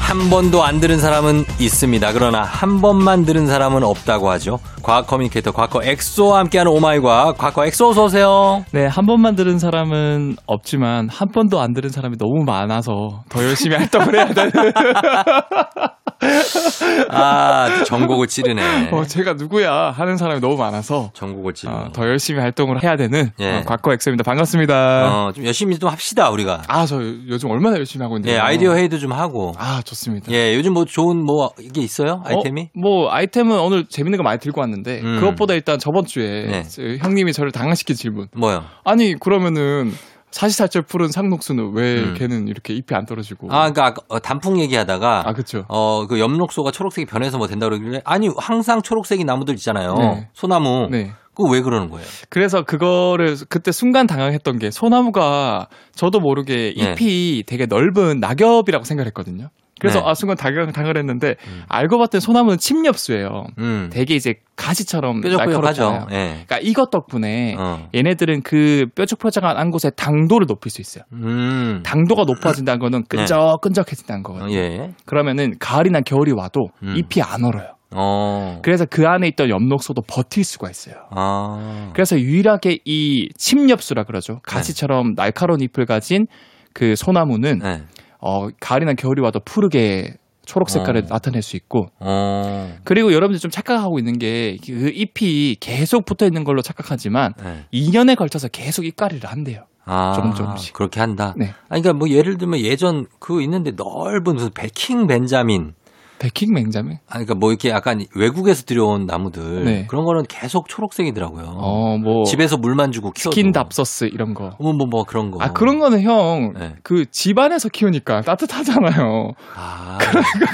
한 번도 안 들은 사람은 있습니다. 그러나 한 번만 들은 사람은 없다고 하죠. 과학 커뮤니케이터 과거 엑소와 함께하는 오마이 과학. 과거 엑소 어서 오세요. 네, 한 번만 들은 사람은 없지만 한 번도 안 들은 사람이 너무 많아서 더 열심히 활동을 해야 되는. 아 전곡을 찌르네. 어, 제가 누구야 하는 사람이 너무 많아서 전곡을 찌르네. 어, 더 열심히 활동을 해야 되는 예. 어, 과거 엑소입니다. 반갑습니다. 어, 좀 열심히 좀 합시다 우리가. 아, 저 요즘 얼마나 열심히 하고 있는데요. 예 아이디어 회의도 좀 하고. 아, 좋습니다. 예 요즘 뭐 좋은 뭐 이게 있어요 아이템이? 어, 뭐 아이템은 오늘 재밌는 거 많이 들고 왔는데 음. 그것보다 일단 저번 주에 네. 저 형님이 저를 당황시킨 질문. 뭐요? 아니 그러면은 44절 푸른 상록수는 왜 음. 걔는 이렇게 잎이 안 떨어지고? 아 그러니까 아까, 어, 단풍 얘기하다가 아, 그쵸. 어 그 엽록소가 초록색이 변해서 뭐 된다 그러길래 아니 항상 초록색이 나무들 있잖아요. 네. 소나무. 네. 그거 왜 그러는 거예요? 그래서 그거를 그때 순간 당황했던 게 소나무가 저도 모르게 네. 잎이 되게 넓은 낙엽이라고 생각했거든요. 그래서 네. 아 순간 당황, 당황을 했는데 음. 알고 봤더니 소나무는 침엽수예요. 음. 되게 이제 가시처럼 뾰족뾰족하죠. 날카롭잖아요. 예. 그러니까 이것 덕분에 어. 얘네들은 그 뾰족뾰족한 곳에 당도를 높일 수 있어요. 음. 네. 당도가 높아진다는 거는 끈적끈적해진다는 거거든요. 어, 예. 그러면은 가을이나 겨울이 와도 음. 잎이 안 얼어요. 어. 그래서 그 안에 있던 엽록소도 버틸 수가 있어요. 아. 그래서 유일하게 이 침엽수라 네. 그러죠. 가시처럼 날카로운 잎을 가진 그 소나무는 네. 어, 가을이나 겨울이 와도 푸르게 초록 색깔을 어. 나타낼 수 있고 어. 그리고 여러분들 좀 착각하고 있는 게 그 잎이 계속 붙어 있는 걸로 착각하지만 네. 2년에 걸쳐서 계속 잎가리를 한대요. 아, 조금 조금씩. 그렇게 한다. 네. 아니, 그러니까 뭐 예를 들면 예전 그 있는데 넓은 무슨 베킹 벤자민, 베킹 맹자매? 아, 그러니까 뭐 이렇게 약간 외국에서 들여온 나무들 네. 그런 거는 계속 초록색이더라고요. 어, 뭐 집에서 물만 주고 키워. 스킨 답서스 이런 거. 뭐, 뭐, 뭐 그런 거. 아 그런 거는 형 그 네. 집안에서 키우니까 따뜻하잖아요. 아,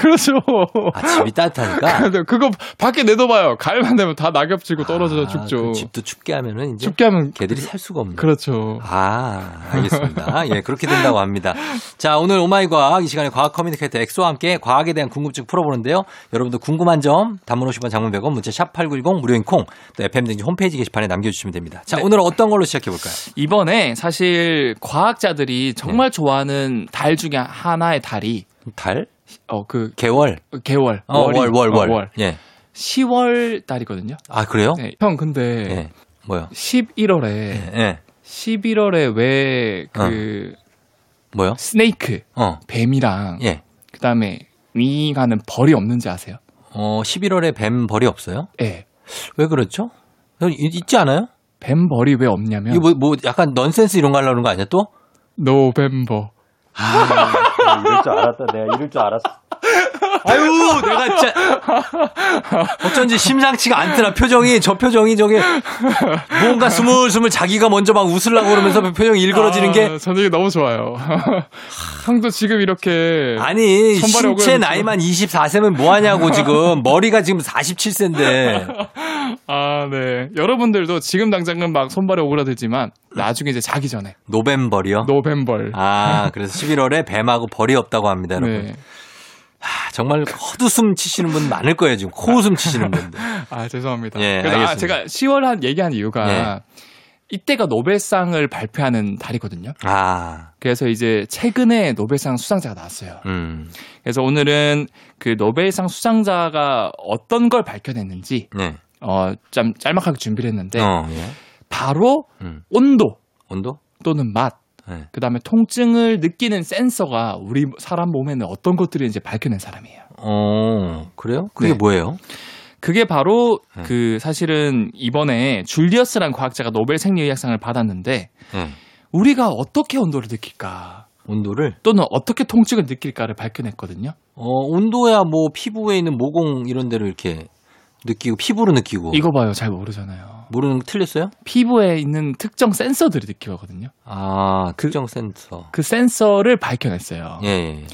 그렇죠. 아, 집이 따뜻하니까. 근데 그거 밖에 내둬봐요. 가을만 되면 다 낙엽지고 떨어져 아, 죽죠. 그럼 집도 춥게 하면은 이제 춥게 하면 걔들이 살 수가 없네. 그렇죠. 아, 알겠습니다. 예, 그렇게 된다고 합니다. 자, 오늘 오마이 과학 이 시간에 과학 커뮤니케이터 엑소와 함께 과학에 대한 궁금증 풀어보는데요. 여러분도 궁금한 점, 단문 50원 장문 100원, 문자 샵8910 무료인 콩, 또 FM 등지 홈페이지 게시판에 남겨주시면 됩니다. 자, 네. 오늘 은 어떤 걸로 시작해볼까요? 이번에 사실 과학자들이 정말 좋아하는 달 중에 하나의 달이 달? 어 그 개월? 개월 어, 월이- 월, 월, 어, 월. 예. 10월 달이거든요. 아, 그래요? 네, 형 근데 예. 뭐요? 11월에 예. 예. 11월에 왜 그 뭐요? 스네이크 어. 뱀이랑 예. 그다음에 윙 하는 벌이 없는지 아세요? 어, 11월에 뱀 벌이 없어요? 예. 왜 그렇죠? 이건 있- 있지 않아요? 뱀 벌이 왜 없냐면 이거 뭐, 뭐 약간 넌센스 이런 거 하려는 거 아니야 또? 노벤버. 아, 이럴 줄 알았다. 내가 이럴 줄 알았어. 아유, 내가 진짜 어쩐지 심상치가 않더라. 표정이 저 표정이 저게 뭔가 스물스물 자기가 먼저 막 웃으려고 그러면서 표정이 일그러지는 게 아, 저는 이게 너무 좋아요. 형도 지금 이렇게 아니 손발이 신체 오그라들고. 나이만 24세면 뭐 하냐고 지금 머리가 지금 47세인데 아, 네. 여러분들도 지금 당장은 막 손발이 오그라들지만 나중에 이제 자기 전에 노벤벌이요. 노벤벌. 아, 그래서 11월에 뱀하고 벌이 없다고 합니다, 여러분. 네. 아, 정말 헛웃음 치시는 분 많을 거예요, 지금. 코웃음 치시는 분들. 아, 죄송합니다. 예, 그래서 알겠습니다. 아, 제가 10월 한 얘기한 이유가 예. 이때가 노벨상을 발표하는 달이거든요. 아, 그래서 이제 최근에 노벨상 수상자가 나왔어요. 음, 그래서 오늘은 그 노벨상 수상자가 어떤 걸 밝혀냈는지 네. 어, 좀 짤막하게 준비를 했는데 어, 예. 바로 음. 온도 온도? 또는 맛 네. 그다음에 통증을 느끼는 센서가 우리 사람 몸에는 어떤 것들이 이제 밝혀낸 사람이에요. 어, 그래요? 그게 네. 뭐예요? 그게 바로 네. 그 사실은 이번에 줄리어스란 과학자가 노벨 생리의학상을 받았는데 네. 우리가 어떻게 온도를 느낄까 온도를? 또는 어떻게 통증을 느낄까를 밝혀냈거든요. 어, 온도야 뭐 피부에 있는 모공 이런 데를 이렇게 느끼고, 피부로 느끼고. 이거 봐요, 잘 모르잖아요. 모르는 거 틀렸어요? 피부에 있는 특정 센서들이 느끼거든요. 아, 특정 센서. 그 센서를 밝혀냈어요. 예, 예.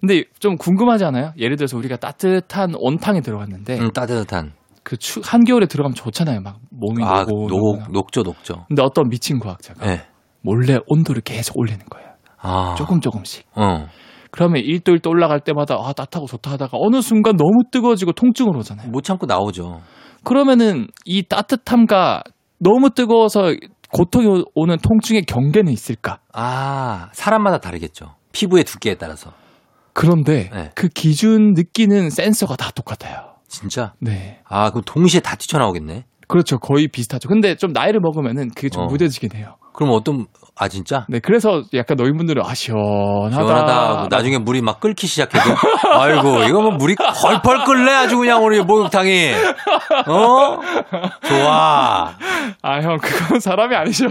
근데 좀 궁금하지 않아요? 예를 들어서 우리가 따뜻한 온탕에 들어갔는데 음, 따뜻한. 그 추, 한겨울에 들어가면 좋잖아요. 막 음, 몸이 아, 녹고 녹, 이러거나. 녹죠, 녹죠. 근데 어떤 미친 과학자가 예. 몰래 온도를 계속 올리는 거예요. 아. 조금 조금씩. 어. 그러면 1도 1도 올라갈 때마다 아 따뜻하고 좋다 하다가 어느 순간 너무 뜨거워지고 통증으로 오잖아요. 못 참고 나오죠. 그러면은 이 따뜻함과 너무 뜨거워서 고통이 오- 오는 통증의 경계는 있을까? 아, 사람마다 다르겠죠. 피부의 두께에 따라서. 그런데 네. 그 기준 느끼는 센서가 다 똑같아요. 진짜? 네. 아, 그럼 동시에 다 뛰쳐나오겠네? 그렇죠. 거의 비슷하죠. 근데 좀 나이를 먹으면은 그게 좀 어. 무뎌지긴 해요. 그럼 어떤, 아, 진짜? 네. 그래서 약간 너희 분들은 아, 시원하다. 시원하다. 하고 나중에 물이 막 끓기 시작해도. 아이고, 이거 뭐 물이 펄펄 끓네? 아주 그냥 우리 목욕탕이. 어? 좋아. 아, 형, 그건 사람이 아니죠.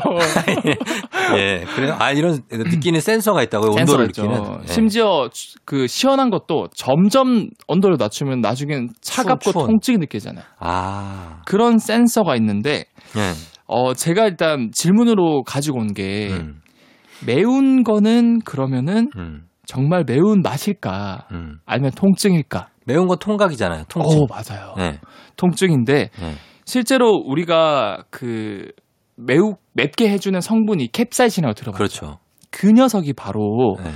예, 그래요? 아, 이런 느끼는 센서가 있다고요? 온도를 센서가 있죠. 느끼는. 예. 심지어 주- 그 시원한 것도 점점 온도를 낮추면 나중엔 차갑고 추운. 통증이 느껴지잖아요. 아, 그런 센서가 있는데 예. 어 제가 일단 질문으로 가지고 온 게 음, 매운 거는 그러면은 음, 정말 매운 맛일까? 음. 아니면 통증일까? 매운 건 통각이잖아요. 통증. 어 맞아요. 예, 통증인데 예. 실제로 우리가 그 매우 맵게 해주는 성분이 캡사이신이라고 들어봤죠. 그렇죠. 그 녀석이 바로 예,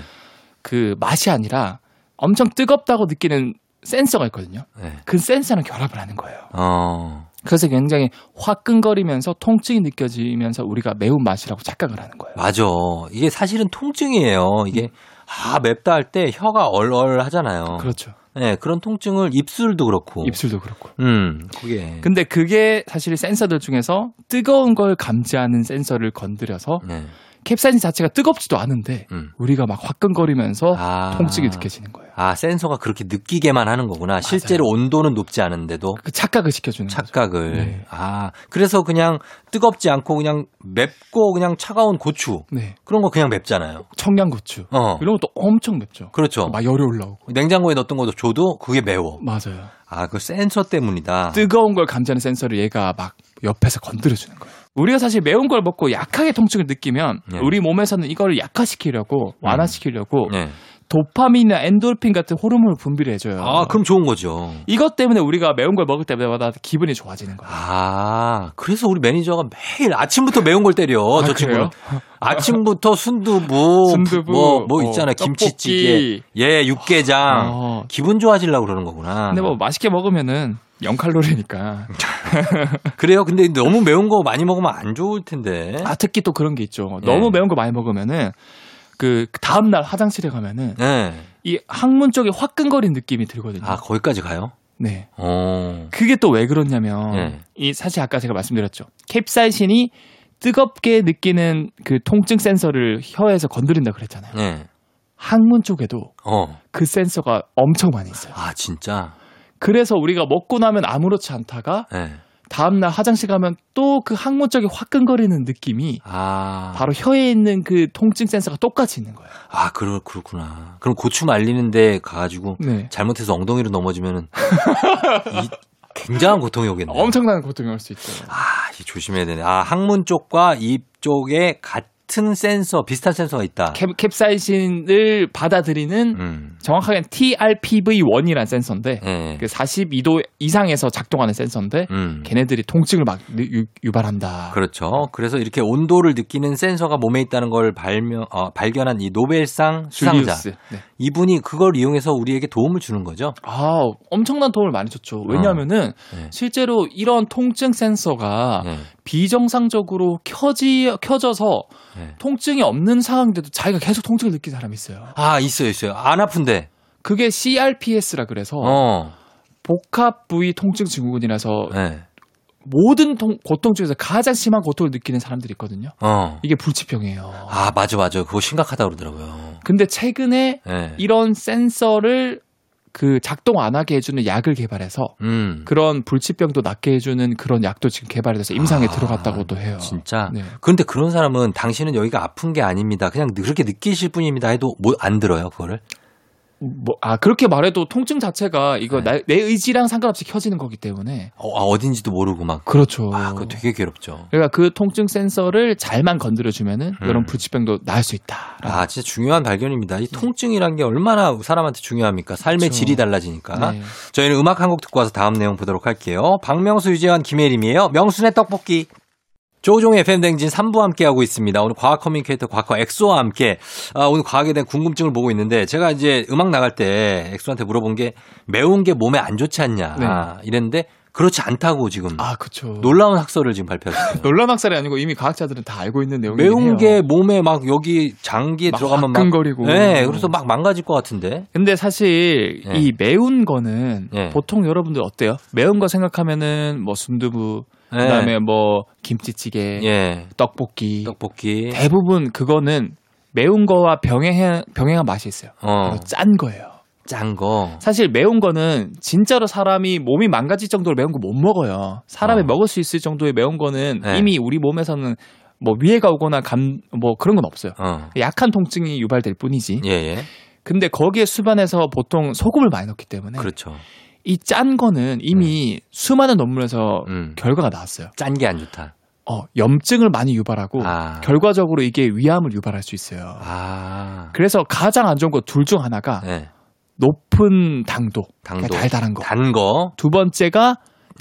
그 맛이 아니라 엄청 뜨겁다고 느끼는 센서가 있거든요. 예. 그 센서랑 결합을 하는 거예요. 어, 그래서 굉장히 화끈거리면서 통증이 느껴지면서 우리가 매운 맛이라고 착각을 하는 거예요. 맞아. 이게 사실은 통증이에요. 음. 이게, 아, 맵다 할 때 혀가 얼얼 하잖아요. 그렇죠. 예, 그런 통증을 입술도 그렇고. 입술도 그렇고. 음, 그게. 근데 그게 사실 센서들 중에서 뜨거운 걸 감지하는 센서를 건드려서 예. 캡사이신 자체가 뜨겁지도 않은데 음. 우리가 막 화끈거리면서 아. 어, 통증이 느껴지는 거예요. 아, 센서가 그렇게 느끼게만 하는 거구나. 실제로 온도는 높지 않은데도 그 착각을 시켜주는 거죠. 착각을. 네. 아, 그래서 그냥 뜨겁지 않고 그냥 맵고 그냥 차가운 고추. 네. 그런 거 그냥 맵잖아요. 청양고추 어. 이런 것도 엄청 맵죠. 그렇죠. 막 열이 올라오고. 냉장고에 넣었던 것도 줘도 그게 매워. 맞아요. 아, 그 센서 때문이다. 뜨거운 걸 감지하는 센서를 얘가 막 옆에서 건드려주는 거예요. 우리가 사실 매운 걸 먹고 약하게 통증을 느끼면 네. 우리 몸에서는 이걸 약화시키려고 완화시키려고 음. 예. 도파민이나 엔돌핀 같은 호르몬을 분비를 해줘요. 아, 그럼 좋은 거죠. 이것 때문에 우리가 매운 걸 먹을 때마다 기분이 좋아지는 거예요. 아, 그래서 우리 매니저가 매일 아침부터 매운 걸 때려. 아, 저 친구는. 그래요? 아침부터 순두부, 순두부, 뭐, 뭐 어, 있잖아. 김치찌개. 떡볶이. 예, 육개장. 어. 기분 좋아지려고 그러는 거구나. 근데 뭐 맛있게 먹으면은 0칼로리니까. 그래요. 근데 너무 매운 거 많이 먹으면 안 좋을 텐데. 아 특히 또 그런 게 있죠. 예. 너무 매운 거 많이 먹으면은 그 다음 날 화장실에 가면은 예. 이 항문 쪽이 화끈거린 느낌이 들거든요. 아, 거기까지 가요? 네. 어. 그게 또 왜 그러냐면 예. 이 사실 아까 제가 말씀드렸죠. 캡사이신이 뜨겁게 느끼는 그 통증 센서를 혀에서 건드린다 그랬잖아요. 예. 항문 쪽에도 어. 그 센서가 엄청 많이 있어요. 아, 진짜? 그래서 우리가 먹고 나면 아무렇지 않다가 예. 다음 날 화장실 가면 또 그 항문 쪽이 화끈거리는 느낌이 아. 바로 혀에 있는 그 통증 센서가 똑같이 있는 거예요. 아, 그러, 그렇구나. 그럼 고추 말리는데 가가지고 네. 잘못해서 엉덩이로 넘어지면은 이 굉장한 고통이 오겠네. 엄청난 고통이 올 수 있죠. 아, 이 조심해야 되네. 아, 항문 쪽과 입 쪽에 같은 센서, 비슷한 센서가 있다. 캡, 캡사이신을 받아들이는 음. 정확하게는 TRPV1이라는 센서인데 예. 그 42도 이상에서 작동하는 센서인데 음. 걔네들이 통증을 막 유, 유발한다. 그렇죠. 그래서 이렇게 온도를 느끼는 센서가 몸에 있다는 걸 발명, 어, 발견한 이 노벨상 수상자. 줄리우스. 네. 이분이 그걸 이용해서 우리에게 도움을 주는 거죠. 아 엄청난 도움을 많이 줬죠. 왜냐하면은 아, 네. 실제로 이런 통증 센서가 네. 비정상적으로 켜지 켜져서 네. 통증이 없는 상황인데도 자기가 계속 통증을 느끼는 사람이 있어요. 아, 있어요, 있어요. 안 아픈데. 그게 CRPS라 그래서 어. 복합 부위 통증 증후군이라서 네. 모든 통- 고통 중에서 가장 심한 고통을 느끼는 사람들이 있거든요. 어. 이게 불치병이에요. 아, 맞아, 맞아. 그거 심각하다 그러더라고요. 근데 최근에 네. 이런 센서를 그 작동 안 하게 해주는 약을 개발해서 음. 그런 불치병도 낫게 해주는 그런 약도 지금 개발돼서 임상에 아, 들어갔다고도 해요. 진짜. 네. 그런데 그런 사람은 당신은 여기가 아픈 게 아닙니다. 그냥 그렇게 느끼실 뿐입니다. 해도 뭐 안 들어요, 그거를? 뭐, 아 그렇게 말해도 통증 자체가 이거 네. 나- 내 의지랑 상관없이 켜지는 거기 때문에 어, 아, 어딘지도 모르고 막. 그렇죠. 아, 그거 되게 괴롭죠. 그러니까 그 통증 센서를 잘만 건드려주면은 음. 이런 불치병도 나을 수 있다. 아, 진짜 중요한 발견입니다. 이 통증이란 게 얼마나 사람한테 중요합니까? 삶의 그렇죠. 질이 달라지니까. 네. 저희는 음악 한 곡 듣고 와서 다음 내용 보도록 할게요. 박명수, 유재환, 김혜림이에요. 명순의 떡볶이. 조종의 팬댕진 3부 함께하고 있습니다. 오늘 과학 커뮤니케이터 과거 엑소와 함께 아, 오늘 과학에 대한 궁금증을 보고 있는데 제가 이제 음악 나갈 때 엑소한테 물어본 게 매운 게 몸에 안 좋지 않냐 네. 아, 이랬는데 그렇지 않다고 지금 아, 그쵸. 놀라운 학설을 지금 발표했어요. 놀라운 학살이 아니고 이미 과학자들은 다 알고 있는 내용이에요. 매운 게 몸에 막 여기 장기에 막 들어가면 막 화끈거리고. 네, 그래서 막 망가질 것 같은데. 근데 사실 예. 이 매운 거는 예. 보통 여러분들 어때요? 매운 거 생각하면은 뭐 순두부, 네. 그다음에 뭐 김치찌개, 예. 떡볶이. 떡볶이. 대부분 그거는 매운 거와 병행 병행한 맛이 있어요. 어. 바로 짠 거예요. 짠 거. 사실 매운 거는 진짜로 사람이 몸이 망가질 정도로 매운 거 못 먹어요. 사람이 어. 먹을 수 있을 정도의 매운 거는 네. 이미 우리 몸에서는 뭐 위해가 오거나 감 뭐 그런 건 없어요. 어. 약한 통증이 유발될 뿐이지. 예, 예. 근데 거기에 수반해서 보통 소금을 많이 넣기 때문에 그렇죠. 이 짠 거는 이미 수많은 논문에서 음. 결과가 나왔어요. 짠 게 안 좋다. 어, 염증을 많이 유발하고 아. 결과적으로 이게 위암을 유발할 수 있어요. 아. 그래서 가장 안 좋은 거 둘 중 하나가 예. 높은 당도, 당도. 그러니까 달달한 거. 단 거. 두 번째가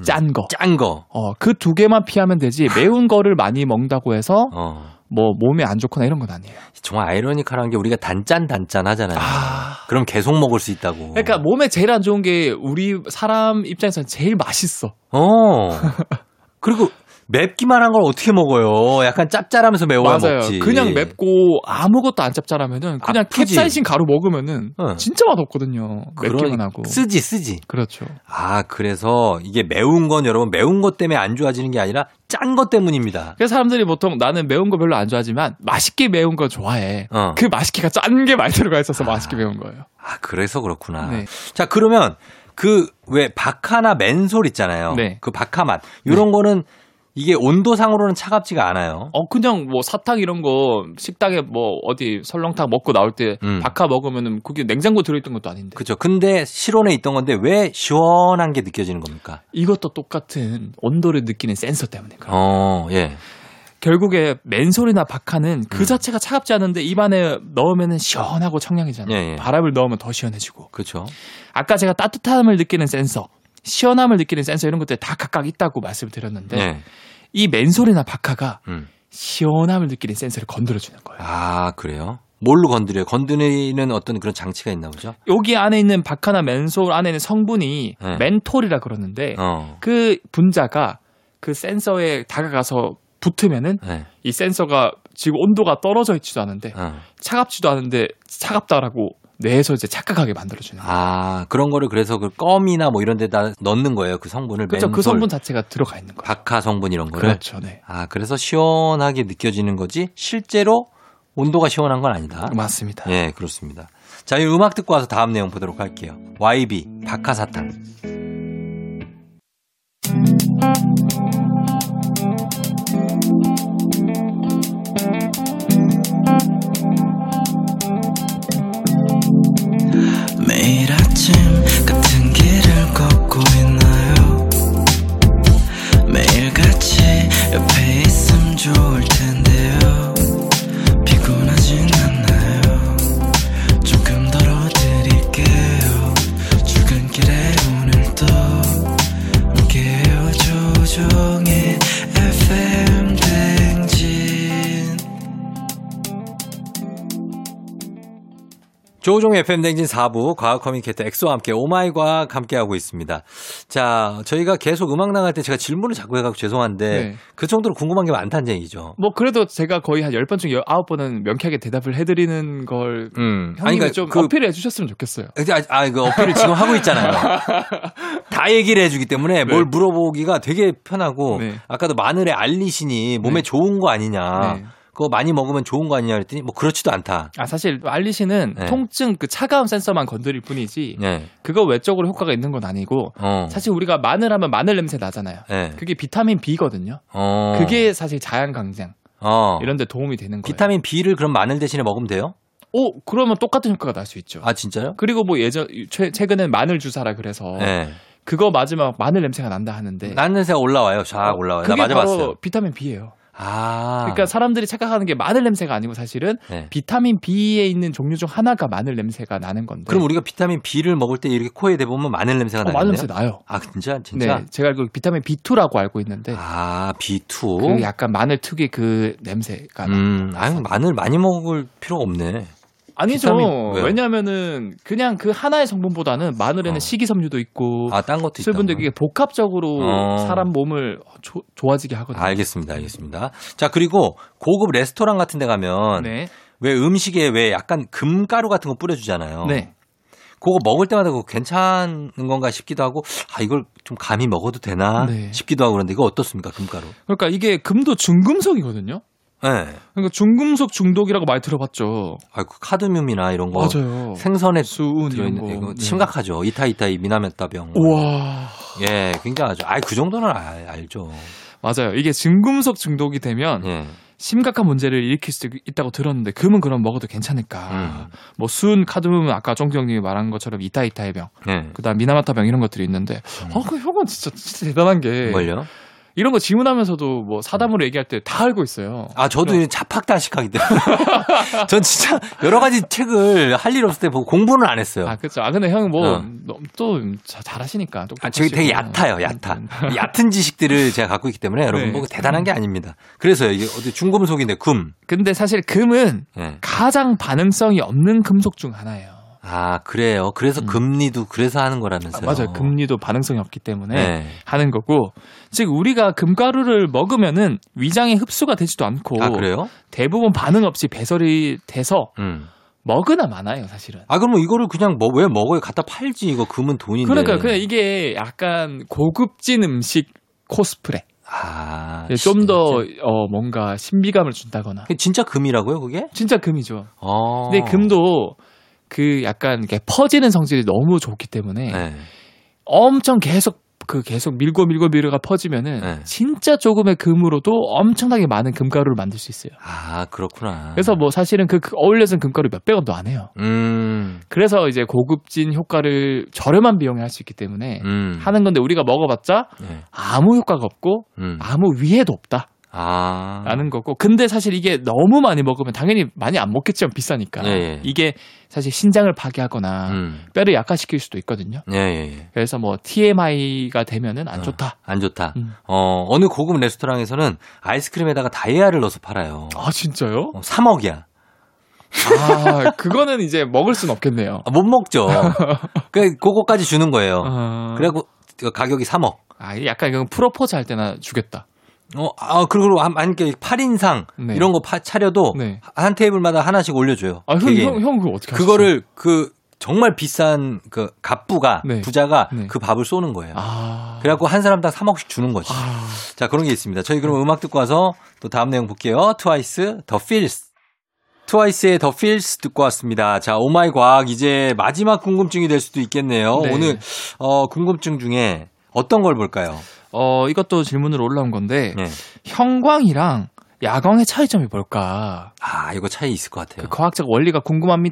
짠 거. 짠 아. 거. 어, 그 두 개만 피하면 되지 매운 거를 많이 먹는다고 해서 어. 뭐 몸에 안 좋거나 이런 건 아니에요. 정말 아이러니컬한 게 우리가 단짠 단짠 하잖아요. 아. 그럼 계속 먹을 수 있다고. 그러니까 몸에 제일 안 좋은 게 우리 사람 입장에서는 제일 맛있어. 어. 그리고 맵기만 한 걸 어떻게 먹어요? 약간 짭짤하면서 매워야 먹지. 그냥 맵고 아무것도 안 짭짤하면은 그냥 아프지. 캡사이신 가루 먹으면은 어. 진짜 맛없거든요. 맵기만 하고. 쓰지 쓰지. 그렇죠. 아 그래서 이게 매운 건 여러분 매운 것 때문에 안 좋아지는 게 아니라 짠 것 때문입니다. 그래서 사람들이 보통 나는 매운 거 별로 안 좋아하지만 맛있게 매운 거 좋아해. 어. 그 맛있게가 짠 게 많이 들어가 있어서 맛있게 매운 거예요. 아 그래서 그렇구나. 네. 자 그러면 그 왜 박하나 맨솔 있잖아요. 네. 그 박하 맛 이런 거는 이게 온도상으로는 차갑지가 않아요. 어 그냥 뭐 사탕 이런 거 식당에 뭐 어디 설렁탕 먹고 나올 때 음. 박하 먹으면은 그게 냉장고 들어있던 것도 아닌데 그렇죠. 근데 실온에 있던 건데 왜 시원한 게 느껴지는 겁니까? 이것도 똑같은 온도를 느끼는 센서 때문에 그래요. 어 예. 결국에 맨솔이나 박하는 그 음. 자체가 차갑지 않은데 입안에 넣으면은 시원하고 청량해지잖아요. 예, 예. 바람을 넣으면 더 시원해지고 그렇죠. 아까 제가 따뜻함을 느끼는 센서, 시원함을 느끼는 센서 이런 것들 다 각각 있다고 말씀드렸는데 예. 이 맨솔이나 박하가 음. 시원함을 느끼는 센서를 건드려 주는 거예요. 아 그래요? 뭘로 건드려요? 건드리는 어떤 그런 장치가 있나 보죠? 여기 안에 있는 박하나 맨솔 안에 있는 성분이 네. 멘톨이라 그러는데 어. 그 분자가 그 센서에 다가가서 붙으면은 네. 이 센서가 지금 온도가 떨어져 있지도 않은데 어. 차갑지도 않은데 차갑다라고 뇌에서 이제 착각하게 만들어주는 거예요. 아 그런 거를 그래서 그 껌이나 뭐 이런 데다 넣는 거예요 그 성분을 그렇죠. 그 멘솔, 성분 자체가 들어가 있는 거예요. 박하 성분 이런 거를 그렇죠. 네. 아 그래서 시원하게 느껴지는 거지 실제로 온도가 시원한 건 아니다 맞습니다. 예 그렇습니다 자 이 음악 듣고 와서 다음 내용 보도록 할게요 YB 박하 사탕 매일 아침 같은 길을 걷고 있나요 매일 같이 옆에 있음 좋을 텐데요 피곤하진 않나요 조금 덜어드릴게요 출근길에 오늘도 함께해요 조종의 FM 댕진 조종 FM 댕진 4부 과학 커뮤니케이터 엑소와 함께 오마이 과학 함께하고 있습니다 자 저희가 계속 음악 나갈 때 제가 질문을 자꾸 해가지고 죄송한데 네. 그 정도로 궁금한 게 많다는 얘기죠 뭐 그래도 제가 거의 한 10번 중 19번은 명쾌하게 대답을 해드리는 걸 음 형님이 좀 어필해 주셨으면 좋겠어요. 아, 아, 그 어필을 지금 하고 있잖아요. 다 얘기를 해주기 때문에 뭘 네. 물어보기가 되게 편하고 네. 아까도 마늘에 알리신이 몸에 네. 좋은 거 아니냐, 네. 그거 많이 먹으면 좋은 거 아니냐 그랬더니 뭐 그렇지도 않다. 아 사실 알리시는 네. 통증 그 차가운 센서만 건드릴 뿐이지 예, 그거 외적으로 효과가 있는 건 아니고 어, 사실 우리가 마늘 하면 마늘 냄새 나잖아요. 예, 그게 비타민 B거든요. 어, 그게 사실 자양 강장 어. 이런 데 도움이 되는 거예요. 비타민 B를 그럼 마늘 대신에 먹으면 돼요? 오 그러면 똑같은 효과가 날 수 있죠. 아 진짜요? 그리고 뭐 예전 최, 최근엔 마늘 주사라 그래서 예, 그거 맞으면 마늘 냄새가 난다 하는데 난 냄새가 올라와요. 쫙 올라와요. 나 네. 그게 맞아봤어요. 바로 비타민 B예요. 아. 그러니까 사람들이 착각하는 게 마늘 냄새가 아니고 사실은 네. 비타민 B에 있는 종류 중 하나가 마늘 냄새가 나는 건데. 그럼 우리가 비타민 B를 먹을 때 이렇게 코에 대보면 마늘 냄새가 네. 나는데요? 어, 마늘 냄새 나요. 아, 진짜? 진짜? 네, 제가 알고 비타민 B2라고 알고 있는데 아, B2. 그 약간 마늘 특유의 그 냄새가 나. 음, 아유, 마늘 많이 먹을 필요가 없네. 아니죠. 비타민- 왜요? 왜냐면은 그냥 그 하나의 성분보다는 마늘에는 어. 식이섬유도 있고 아, 딴 것도 있다. 뭐 수분도 이게 복합적으로 어. 사람 몸을 조- 좋아지게 하거든요. 알겠습니다, 알겠습니다. 자, 그리고 고급 레스토랑 같은 데 가면 네. 왜 음식에 왜 약간 금가루 같은 거 뿌려주잖아요. 네. 그거 먹을 때마다 그거 괜찮은 건가 싶기도 하고, 아, 이걸 좀 감히 먹어도 되나 네. 싶기도 하고 그런데 이거 어떻습니까, 금가루? 그러니까 이게 금도 중금속이거든요. 예. 그러니까 중금속 중독이라고 많이 들어봤죠. 아, 그 카드뮴이나 이런 거. 맞아요. 생선에 수은 이런 거. 들어있는데 이거 네. 심각하죠. 이타이타이 미나메타병. 우와. 예, 굉장하죠. 아, 그 정도는 알, 알죠. 맞아요. 이게 중금속 중독이 되면 예. 심각한 문제를 일으킬 수 있다고 들었는데 금은 그럼 먹어도 음. 괜찮을까? 뭐 수은, 카드뮴은 아까 정규 형님이 말한 것처럼 이타이타의 병, 예. 그다음 미나마타 병 이런 것들이 있는데 음. 아, 그 형은 진짜 진짜 대단한 게 뭘요? 이런 거 질문하면서도 뭐 사담으로 얘기할 때 다 알고 있어요. 아, 저도 이제 자팍다식하기 때문에. 전 진짜 여러 가지 책을 할 일 없을 때 보고 공부는 안 했어요. 아, 그렇죠. 아, 근데 어. 형뭐또 잘하시니까. 아, 저기 되게 똑똑하시고. 음. 얕아요, 얕아. 이 얕은 지식들을 제가 갖고 있기 때문에 여러분 네. 보고 대단한 게 아닙니다. 그래서 이게 어디 중금속인데 금. 근데 사실 금은 예. 가장 반응성이 없는 금속 중 하나예요. 아, 그래요. 그래서 음. 금리도 그래서 하는 거라면서요. 맞아요. 금리도 네. 반응성이 없기 때문에 예. 하는 거고, 즉 우리가 금가루를 먹으면은 위장에 흡수가 되지도 않고 아, 그래요? 대부분 반응 없이 배설이 돼서 음. 먹으나 마나요, 사실은. 아, 그러면 이거를 그냥 뭐, 왜 먹어요? 갖다 팔지. 이거 금은 돈인데. 그러니까 그냥 이게 약간 고급진 음식 코스프레. 아. 예, 좀 더 어, 뭔가 신비감을 준다거나. 그게 진짜 금이라고요, 그게? 진짜 금이죠. 어. 근데 금도 그 약간 이렇게 퍼지는 성질이 너무 좋기 때문에 네. 엄청 계속 그 계속 밀고 밀고 밀어가 퍼지면은 네. 진짜 조금의 금으로도 엄청나게 많은 금가루를 만들 수 있어요. 아, 그렇구나. 그래서 뭐 사실은 그 어울려진 금가루 몇백 원도 안 해요. 음. 그래서 이제 고급진 효과를 저렴한 비용에 할 수 있기 때문에 음. 하는 건데 우리가 먹어봤자 네. 아무 효과가 없고 음. 아무 위해도 없다라는 아. 거고 근데 사실 이게 너무 많이 먹으면 당연히 많이 안 먹겠지만 비싸니까 예, 예. 아, 이게 아. 사실 신장을 파괴하거나 음. 뼈를 약화시킬 수도 있거든요. 예, 예, 예. 그래서 뭐 TMI가 되면은 아. 안 좋다. 안 좋다. 음. 어, 어느 고급 레스토랑에서는 아이스크림에다가 다이아를 넣어서 팔아요. 아 진짜요? 어, 3억이야. 아 그거는 이제 먹을 순 없겠네요. 아, 못 먹죠. 그, 그거까지 주는 거예요. 어... 그래갖고 그 가격이 3억. 아 약간 이건 프로포즈 할 때나 주겠다. 어, 아, 그리고 한, 한, 8인상 네. 이런 거 파- 차려도 네. 한 테이블마다 하나씩 올려줘요. 아형형 개개인. 형, 형 그거 어떻게 하시죠? 그거를 그 정말 비싼 그 갑부가 네. 부자가 네. 그 밥을 쏘는 거예요. 아 그래갖고 한 사람당 3억씩 주는 거지. 아... 자, 그런 게 있습니다. 저희 네. 그럼 음악 듣고 와서 또 다음 내용 볼게요. 트와이스, 더 필스. 트와이스의 더 필스 듣고 왔습니다. 자, 오마이 과학 이제 마지막 궁금증이 될 수도 있겠네요. 네. 오늘 어 궁금증 중에 어떤 걸 볼까요? 어 이것도 질문으로 올라온 건데 네. 형광이랑 야광의 차이점이 뭘까? 아, 이거 차이 있을 것 그 같아요. 과학적 원리가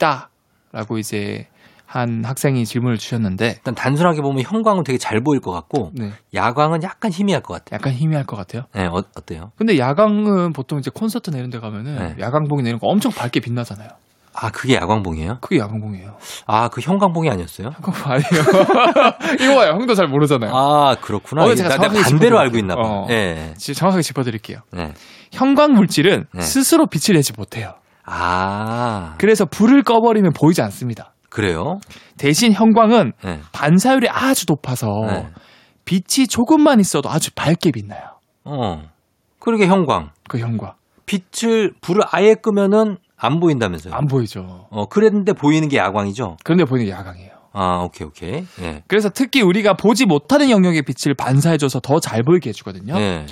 궁금합니다.라고 이제 한 학생이 질문을 주셨는데 일단 단순하게 보면 형광은 되게 잘 보일 것 같고 네, 야광은 약간 희미할 것 같아요. 약간 희미할 것 같아요. 네, 어, 어때요? 근데 야광은 보통 이제 콘서트 내는 데 가면은 네. 야광봉이 내는 거 엄청 밝게 빛나잖아요. 아, 그게 야광봉이에요? 그게 야광봉이에요. 아, 그 형광봉이 아니었어요? 그거 아니에요. 이거 봐요. 형도 잘 모르잖아요. 아, 그렇구나. 어, 이게 제가 나- 내가 정확하게 반대로 짚어드릴게요. 알고 있나 봐. 어. 예. 지금 정확하게 짚어드릴게요. 네. 형광 물질은 네. 스스로 빛을 내지 못해요. 아, 그래서 불을 꺼버리면 보이지 않습니다. 그래요? 대신 형광은 네. 반사율이 아주 높아서 네. 빛이 조금만 있어도 아주 밝게 빛나요. 어. 그러게 형광. 그 형광. 빛을 불을 아예 끄면은 안 보인다면서요. 안 보이죠. 어, 그랬는데 보이는 게 야광이죠. 그런데 보이는 게 야광이에요. 아, 오케이, 오케이. 예. 그래서 특히 우리가 보지 못하는 영역의 빛을 반사해줘서 더 잘 보이게 해주거든요. 예.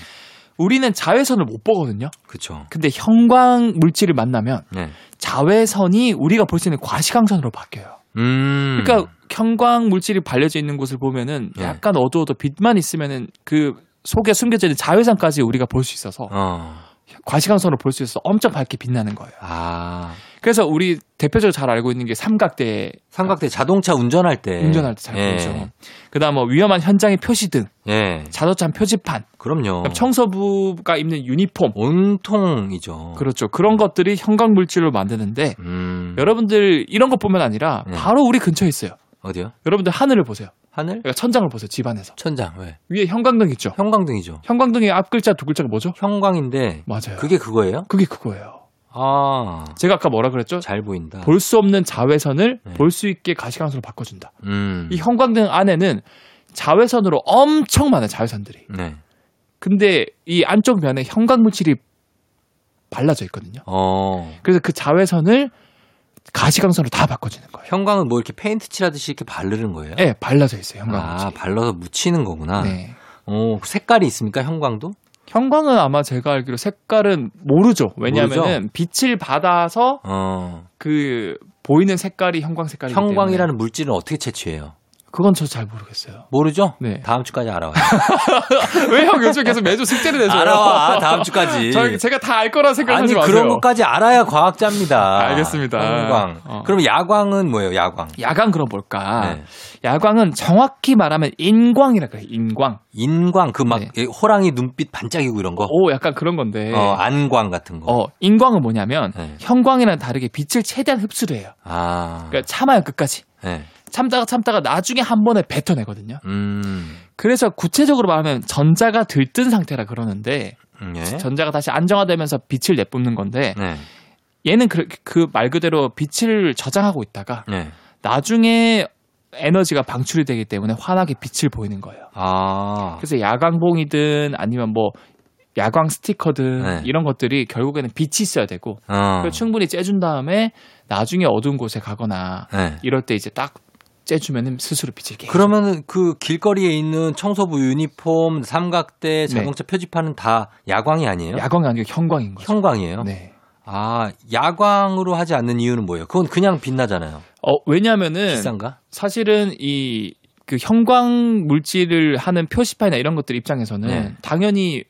우리는 자외선을 못 보거든요. 그쵸. 근데 형광 물질을 만나면 예. 자외선이 우리가 볼 수 있는 과시광선으로 바뀌어요. 음. 그러니까 형광 물질이 발려져 있는 곳을 보면은 네. 약간 어두워도 빛만 있으면은 그 속에 숨겨져 있는 자외선까지 우리가 볼 수 있어서 어. 과시광선으로 볼 수 있어서 엄청 밝게 빛나는 거예요. 아. 그래서 우리 대표적으로 잘 알고 있는 게 삼각대 삼각대 자동차 운전할 때 운전할 때 잘 예. 보이죠. 그다음 뭐 위험한 현장의 표시등, 예. 자동차 표지판, 어. 그럼요. 그다음 청소부가 입는 유니폼, 온통이죠. 그렇죠. 그런 것들이 형광 물질로 만드는데 어. 음. 여러분들 이런 것뿐만 아니라 네. 바로 우리 근처에 있어요. 어디요? 여러분들 하늘을 보세요. 하늘? 그러니까 천장을 보세요. 집 안에서 천장. 왜? 위에 형광등 있죠. 형광등이죠. 형광등의 앞 글자 두 글자가 뭐죠? 형광인데 맞아요. 그게 그거예요? 그게 그거예요. 아. 제가 아까 뭐라 그랬죠? 잘 보인다. 볼 수 없는 자외선을 네. 볼 수 있게 가시광선으로 바꿔준다. 음. 이 형광등 안에는 자외선으로 엄청 많은 자외선들이. 네. 근데 이 안쪽 면에 형광 물질이 발라져 있거든요. 어. 그래서 그 자외선을 가시광선으로 다 바꿔주는 거예요. 형광은 뭐 이렇게 페인트 칠하듯이 이렇게 바르는 거예요? 예, 발라져 있어요. 형광 아, 물질. 발라서 묻히는 거구나. 네. 어, 색깔이 있습니까? 형광도? 형광은 아마 제가 알기로 색깔은 모르죠. 왜냐하면 빛을 받아서 어. 그 보이는 색깔이 형광 색깔이기 때문에 형광이라는 물질은 어떻게 채취해요? 그건 저 잘 모르겠어요. 모르죠? 네. 다음 주까지 알아와요. 왜 형 요즘 계속 매주 숙제를 내줘요? 알아와. 다음 주까지. 저, 제가 다 알 거라 생각하지 아니 마세요. 그런 것까지 알아야 과학자입니다. 알겠습니다. 형광. 어. 아. 그럼 야광은 뭐예요? 야광. 야광 그럼 뭘까? 네. 야광은 정확히 말하면 인광이라 그래요. 인광. 인광 그 막 네. 호랑이 눈빛 반짝이고 이런 거. 오 약간 그런 건데. 어, 안광 같은 거. 어, 인광은 뭐냐면 네. 형광이랑 다르게 빛을 최대한 흡수를 해요. 아. 그러니까 참아요 끝까지. 네. 참다가 참다가 나중에 한 번에 뱉어내거든요. 음. 그래서 구체적으로 말하면 전자가 들뜬 상태라 그러는데 음, 예. 전자가 다시 안정화되면서 빛을 내뿜는 건데 네. 얘는 그 말 그대로 빛을 저장하고 있다가 네. 나중에 에너지가 방출이 되기 때문에 환하게 빛을 보이는 거예요. 아. 그래서 야광봉이든 아니면 뭐 야광 스티커든 네. 이런 것들이 결국에는 빛이 있어야 되고 어. 그걸 충분히 째준 다음에 나중에 어두운 곳에 가거나 네. 이럴 때 이제 딱 째주면 스스로 빛을 깨. 그러면 그 길거리에 있는 청소부 유니폼, 삼각대, 자동차 표지판은 다 야광이 아니에요? 네. 야광이 아니고 형광인 거죠. 형광이에요? 네. 아, 야광으로 하지 않는 이유는 뭐예요? 그건 그냥 빛나잖아요. 어 왜냐하면은 비싼가? 사실은 이 그 형광 물질을 하는 표시판이나 이런 것들 입장에서는 네. 당연히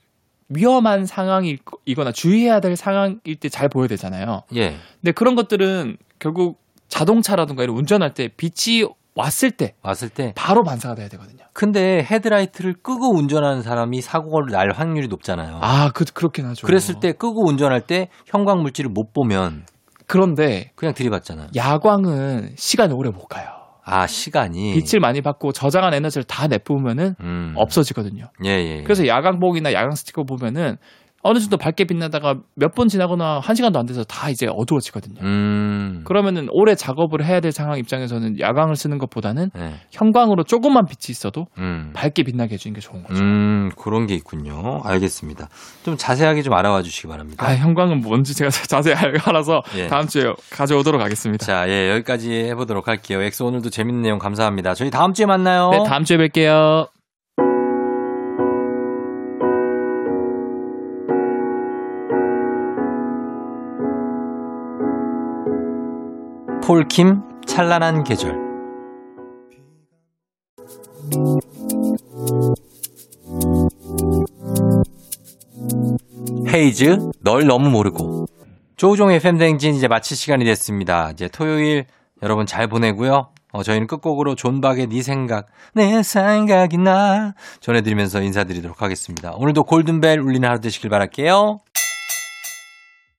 위험한 상황이거나 주의해야 될 상황일 때 잘 보여야 되잖아요. 예. 근데 그런 것들은 결국 자동차라든가 이런 운전할 때 빛이 왔을 때 왔을 때 바로 반사가 돼야 되거든요. 근데 헤드라이트를 끄고 운전하는 사람이 사고를 날 확률이 높잖아요. 아, 그 그렇긴 하죠. 그랬을 때 끄고 운전할 때 형광 물질을 못 보면 그런데 그냥 들이받잖아요. 야광은 시간이 오래 못 가요. 아 시간이 빛을 많이 받고 저장한 에너지를 다 내뿜으면은 음. 없어지거든요. 예예. 예. 그래서 야광봉이나 야광 스티커 보면은 어느 정도 밝게 빛나다가 몇 분 지나거나 한 시간도 안 돼서 다 이제 어두워지거든요. 음. 그러면은 오래 작업을 해야 될 상황 입장에서는 야광을 쓰는 것보다는 예. 형광으로 조금만 빛이 있어도 음. 밝게 빛나게 해주는 게 좋은 거죠. 음, 그런 게 있군요. 알겠습니다. 좀 자세하게 좀 알아와 주시기 바랍니다. 아, 형광은 뭔지 제가 자세히 알- 알아서 예. 다음 주에 가져오도록 하겠습니다. 자, 예, 여기까지 해보도록 할게요. 엑소 오늘도 재밌는 내용 감사합니다. 저희 다음 주에 만나요. 네, 다음 주에 뵐게요. 폴킴 찬란한 계절. 헤이즈 널 너무 모르고 조우종의 팬댕진 이제 마칠 시간이 됐습니다. 이제 토요일 여러분 잘 보내고요. 어, 저희는 끝곡으로 존박의 네 생각 내 생각이 나 전해드리면서 인사드리도록 하겠습니다. 오늘도 골든벨 울리는 하루 되시길 바랄게요.